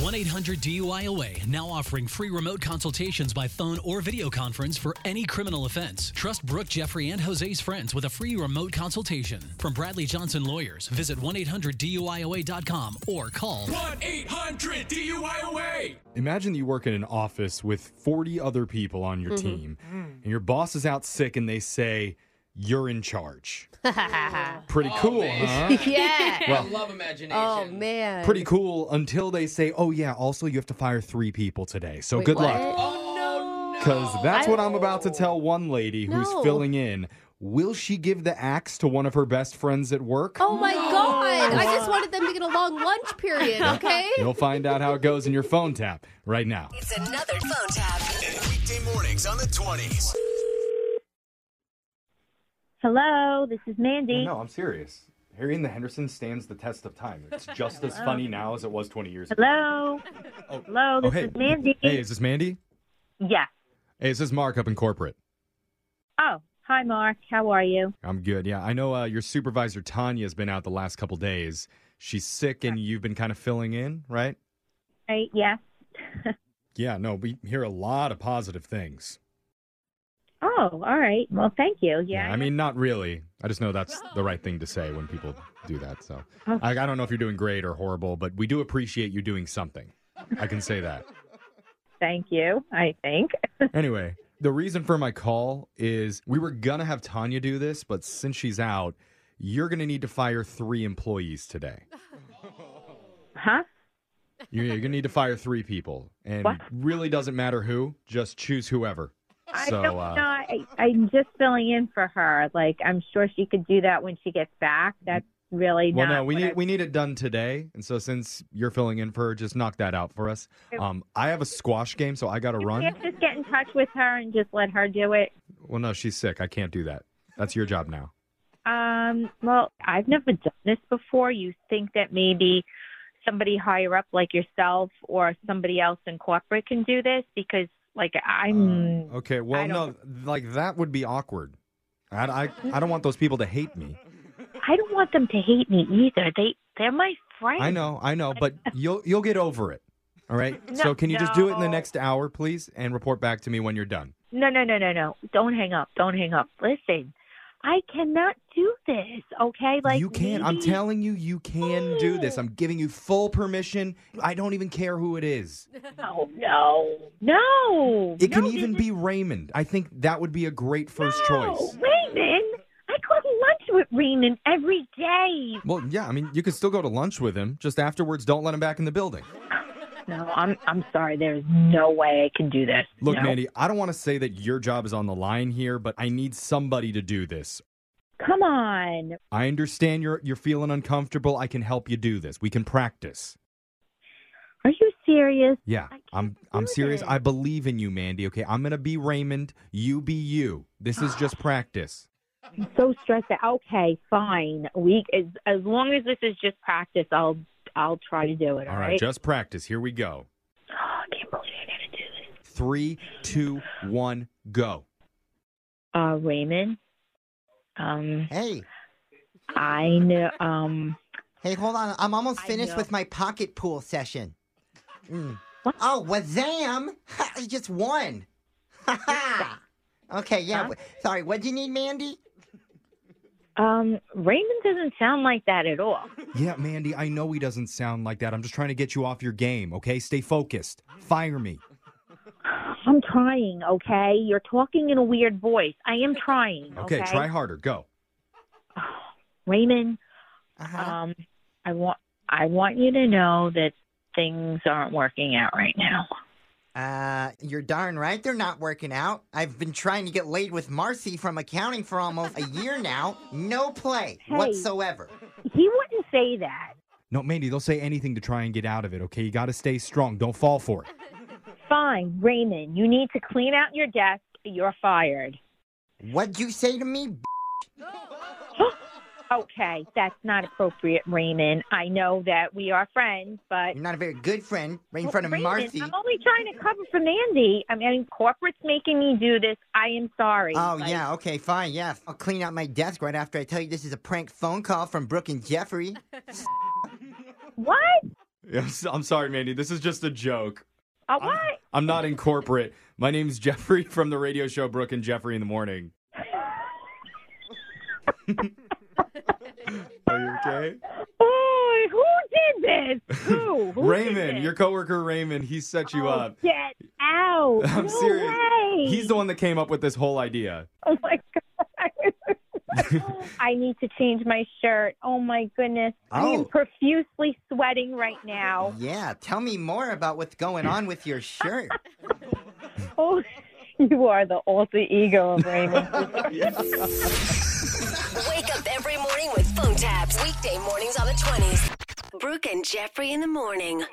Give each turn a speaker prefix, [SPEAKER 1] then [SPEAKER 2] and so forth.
[SPEAKER 1] 1 800 DUIOA now offering free remote consultations by phone or video conference for any criminal offense. Trust Brooke, Jeffrey, and Jose's friends with a free remote consultation. From Bradley Johnson Lawyers, visit 1 800 DUIOA.com or call
[SPEAKER 2] 1 800 DUIOA.
[SPEAKER 3] Imagine you work in an office with 40 other people on your
[SPEAKER 4] Mm-hmm.
[SPEAKER 3] team,
[SPEAKER 4] Mm.
[SPEAKER 3] and your boss is out sick, and they say, You're in charge. Pretty cool, huh?
[SPEAKER 4] Oh, yeah.
[SPEAKER 3] Well,
[SPEAKER 5] Love imagination.
[SPEAKER 4] Oh man.
[SPEAKER 3] pretty cool until they say, Oh, yeah, also, you have to fire three people today. So
[SPEAKER 4] Wait,
[SPEAKER 3] good
[SPEAKER 4] what?
[SPEAKER 3] luck.
[SPEAKER 5] Oh, no.
[SPEAKER 3] Because that's
[SPEAKER 4] I-
[SPEAKER 3] what I'm about to tell one lady
[SPEAKER 4] No.
[SPEAKER 3] who's filling in. Will she give the axe to one of her best friends at work?
[SPEAKER 4] Oh my god. I just wanted them to get a long lunch period, okay?
[SPEAKER 3] You'll find out how it goes in your phone tap right now.
[SPEAKER 6] It's another phone tap.
[SPEAKER 7] Weekday mornings on the 20s.
[SPEAKER 8] Hello, this is Mandy.
[SPEAKER 3] No, I'm serious. Harry and the Henderson stands the test of time. It's just as funny now as it was 20 years ago.
[SPEAKER 8] Hello. Hello, this
[SPEAKER 3] Oh, hey.
[SPEAKER 8] is Mandy.
[SPEAKER 3] Hey, is this Mandy?
[SPEAKER 8] Yeah.
[SPEAKER 3] Hey, this is Mark up in corporate.
[SPEAKER 8] Oh, hi, Mark. How are you?
[SPEAKER 3] I'm good. Yeah, I know uh, your supervisor Tanya's been out the last couple days. She's sick, and you've been kind of filling in, right?
[SPEAKER 8] Hey, yeah.
[SPEAKER 3] Yeah. No, we hear a lot of positive things.
[SPEAKER 8] Oh, all right. Well, thank you. Yeah.
[SPEAKER 3] I mean, not really. I just know that's the right thing to say when people do that. So
[SPEAKER 8] Oh.
[SPEAKER 3] I, I don't know if you're doing great or horrible, but we do appreciate you doing something. I can say that.
[SPEAKER 8] Thank you, I think.
[SPEAKER 3] Anyway, the reason for my call is we were going to have Tanya do this, but since she's out, you're going to need to fire three employees today.
[SPEAKER 8] Huh?
[SPEAKER 3] You're, you're going to need to fire three people. And
[SPEAKER 8] What?
[SPEAKER 3] really doesn't matter who, just choose whoever.
[SPEAKER 8] I
[SPEAKER 3] so,
[SPEAKER 8] don't know.
[SPEAKER 3] uh,
[SPEAKER 8] I, I'm just filling in for her. Like, I'm sure she could do that when she gets back. That's really
[SPEAKER 3] well,
[SPEAKER 8] not.
[SPEAKER 3] no, we
[SPEAKER 8] what
[SPEAKER 3] need
[SPEAKER 8] I-
[SPEAKER 3] we need it done today, and so since you're filling in for her, just knock that out for us. Um, I have a squash game, so I got to run.
[SPEAKER 8] Can't just get in touch with her and just let her do it.
[SPEAKER 3] Well, no, she's sick. I can't do that. That's your job now.
[SPEAKER 8] Um, well, I've never done this before. You think that maybe somebody higher up, like yourself or somebody else in corporate, can do this because, like, I'm.
[SPEAKER 3] Okay. Well,
[SPEAKER 8] I
[SPEAKER 3] no,
[SPEAKER 8] don't-
[SPEAKER 3] like that would be awkward. I, I, I don't want those people to hate me.
[SPEAKER 8] I don't want them to hate me either. They they're my friends.
[SPEAKER 3] I know, I know, but you'll you'll get over it. All right. so can you just do it in the
[SPEAKER 8] No.
[SPEAKER 3] next hour, please, and report back to me when you're done?
[SPEAKER 8] No, no, no, no, no. Don't hang up. Don't hang up. Listen, I cannot do this. Okay, like
[SPEAKER 3] you can. I'm
[SPEAKER 8] maybe-
[SPEAKER 3] telling you, you can do this. I'm giving you full permission. I don't even care who it is.
[SPEAKER 8] No, no, no.
[SPEAKER 3] It can
[SPEAKER 8] No,
[SPEAKER 3] even
[SPEAKER 8] this
[SPEAKER 3] be Raymond. I think that would be a great first
[SPEAKER 8] is-
[SPEAKER 3] choice.
[SPEAKER 8] No, Raymond. I go to lunch with Raymond every day.
[SPEAKER 3] Well, yeah, I mean, you could still go to lunch with him. Just afterwards, don't let him back in the building.
[SPEAKER 8] No, I'm I'm sorry. There's no way I can do this.
[SPEAKER 3] Look,
[SPEAKER 8] no.
[SPEAKER 3] Mandy, I don't want to say that your job is on the line here, but I need somebody to do this.
[SPEAKER 8] Come on.
[SPEAKER 3] I understand you're you're feeling uncomfortable. I can help you do this. We can practice.
[SPEAKER 8] Are you serious?
[SPEAKER 3] Yeah,
[SPEAKER 8] can't
[SPEAKER 3] I'm I'm
[SPEAKER 8] do
[SPEAKER 3] serious.
[SPEAKER 8] this.
[SPEAKER 3] I believe in you, Mandy. Okay, I'm gonna be Raymond. You be you. This is just practice.
[SPEAKER 8] I'm so stressed out. Okay, fine. We as as long as this is just practice, I'll I'll try to do it.
[SPEAKER 3] All right, just practice. Here we go.
[SPEAKER 8] Oh, I can't believe I gotta do this.
[SPEAKER 3] Three, two, one, go.
[SPEAKER 8] Uh, Raymond. Um,
[SPEAKER 9] Hey,
[SPEAKER 8] I know. Um,
[SPEAKER 9] hey, hold on. I'm almost
[SPEAKER 8] I
[SPEAKER 9] finished
[SPEAKER 8] know.
[SPEAKER 9] with my pocket pool session. Mm.
[SPEAKER 8] What?
[SPEAKER 9] Oh, wazam! I just won. Ha ha. okay, yeah.
[SPEAKER 8] Huh?
[SPEAKER 9] w- Sorry, what'd you need, Mandy?
[SPEAKER 8] um, Raymond doesn't sound like that at all.
[SPEAKER 3] Yeah, Mandy, I know he doesn't sound like that. I'm just trying to get you off your game, okay? Stay focused. Fire me.
[SPEAKER 8] I'm trying. Okay, you're talking in a weird voice. I am trying.
[SPEAKER 3] Okay,
[SPEAKER 8] Okay,
[SPEAKER 3] try harder. Go.
[SPEAKER 8] Raymond.
[SPEAKER 9] Uh-huh.
[SPEAKER 8] Um, I want I want you to know that things aren't working out right now.
[SPEAKER 9] Uh, you're darn right they're not working out. I've been trying to get laid with Marcy from accounting for almost a year now. No play
[SPEAKER 8] Hey.
[SPEAKER 9] whatsoever.
[SPEAKER 8] He wouldn't say that.
[SPEAKER 3] No, Mandy, they'll say anything to try and get out of it, okay? You got to stay strong. Don't fall for it.
[SPEAKER 8] Fine, Raymond, you need to clean out your desk. You're fired.
[SPEAKER 9] What'd you say to me? b-
[SPEAKER 8] Okay, that's not appropriate, Raymond. I know that we are friends, but
[SPEAKER 9] You're not a very good friend right in
[SPEAKER 8] Well,
[SPEAKER 9] front of
[SPEAKER 8] Raymond,
[SPEAKER 9] Marcy.
[SPEAKER 8] I'm only trying to cover for Mandy. I mean, corporate's making me do this. I am sorry.
[SPEAKER 9] Oh,
[SPEAKER 8] Like,
[SPEAKER 9] yeah, okay, fine, yeah. I'll clean out my desk right after I tell you this is a prank phone call from Brooke and Jeffrey.
[SPEAKER 8] What?
[SPEAKER 3] I'm so- I'm sorry, Mandy. This is just a joke.
[SPEAKER 8] Oh,
[SPEAKER 3] I'm-
[SPEAKER 8] what?
[SPEAKER 3] I'm not in corporate. My name's Jeffrey from the radio show Brooke and Jeffrey in the Morning. Are you okay?
[SPEAKER 8] Oh, who did this? Who? Who did
[SPEAKER 3] Raymond,
[SPEAKER 8] this?
[SPEAKER 3] your coworker Raymond, he set you
[SPEAKER 8] Oh,
[SPEAKER 3] up.
[SPEAKER 8] Get out.
[SPEAKER 3] I'm
[SPEAKER 8] no
[SPEAKER 3] serious.
[SPEAKER 8] Way.
[SPEAKER 3] He's the one that came up with this whole idea.
[SPEAKER 8] Oh my god. I need to change my shirt. Oh my goodness. I
[SPEAKER 9] Oh.
[SPEAKER 8] am profusely sweating right now.
[SPEAKER 9] Yeah, tell me more about what's going on with your shirt.
[SPEAKER 8] Oh, you are the alter ego of Raymond.
[SPEAKER 5] Wake up every morning with phone taps. Weekday mornings on the 20s. Brooke and Jeffrey in the morning.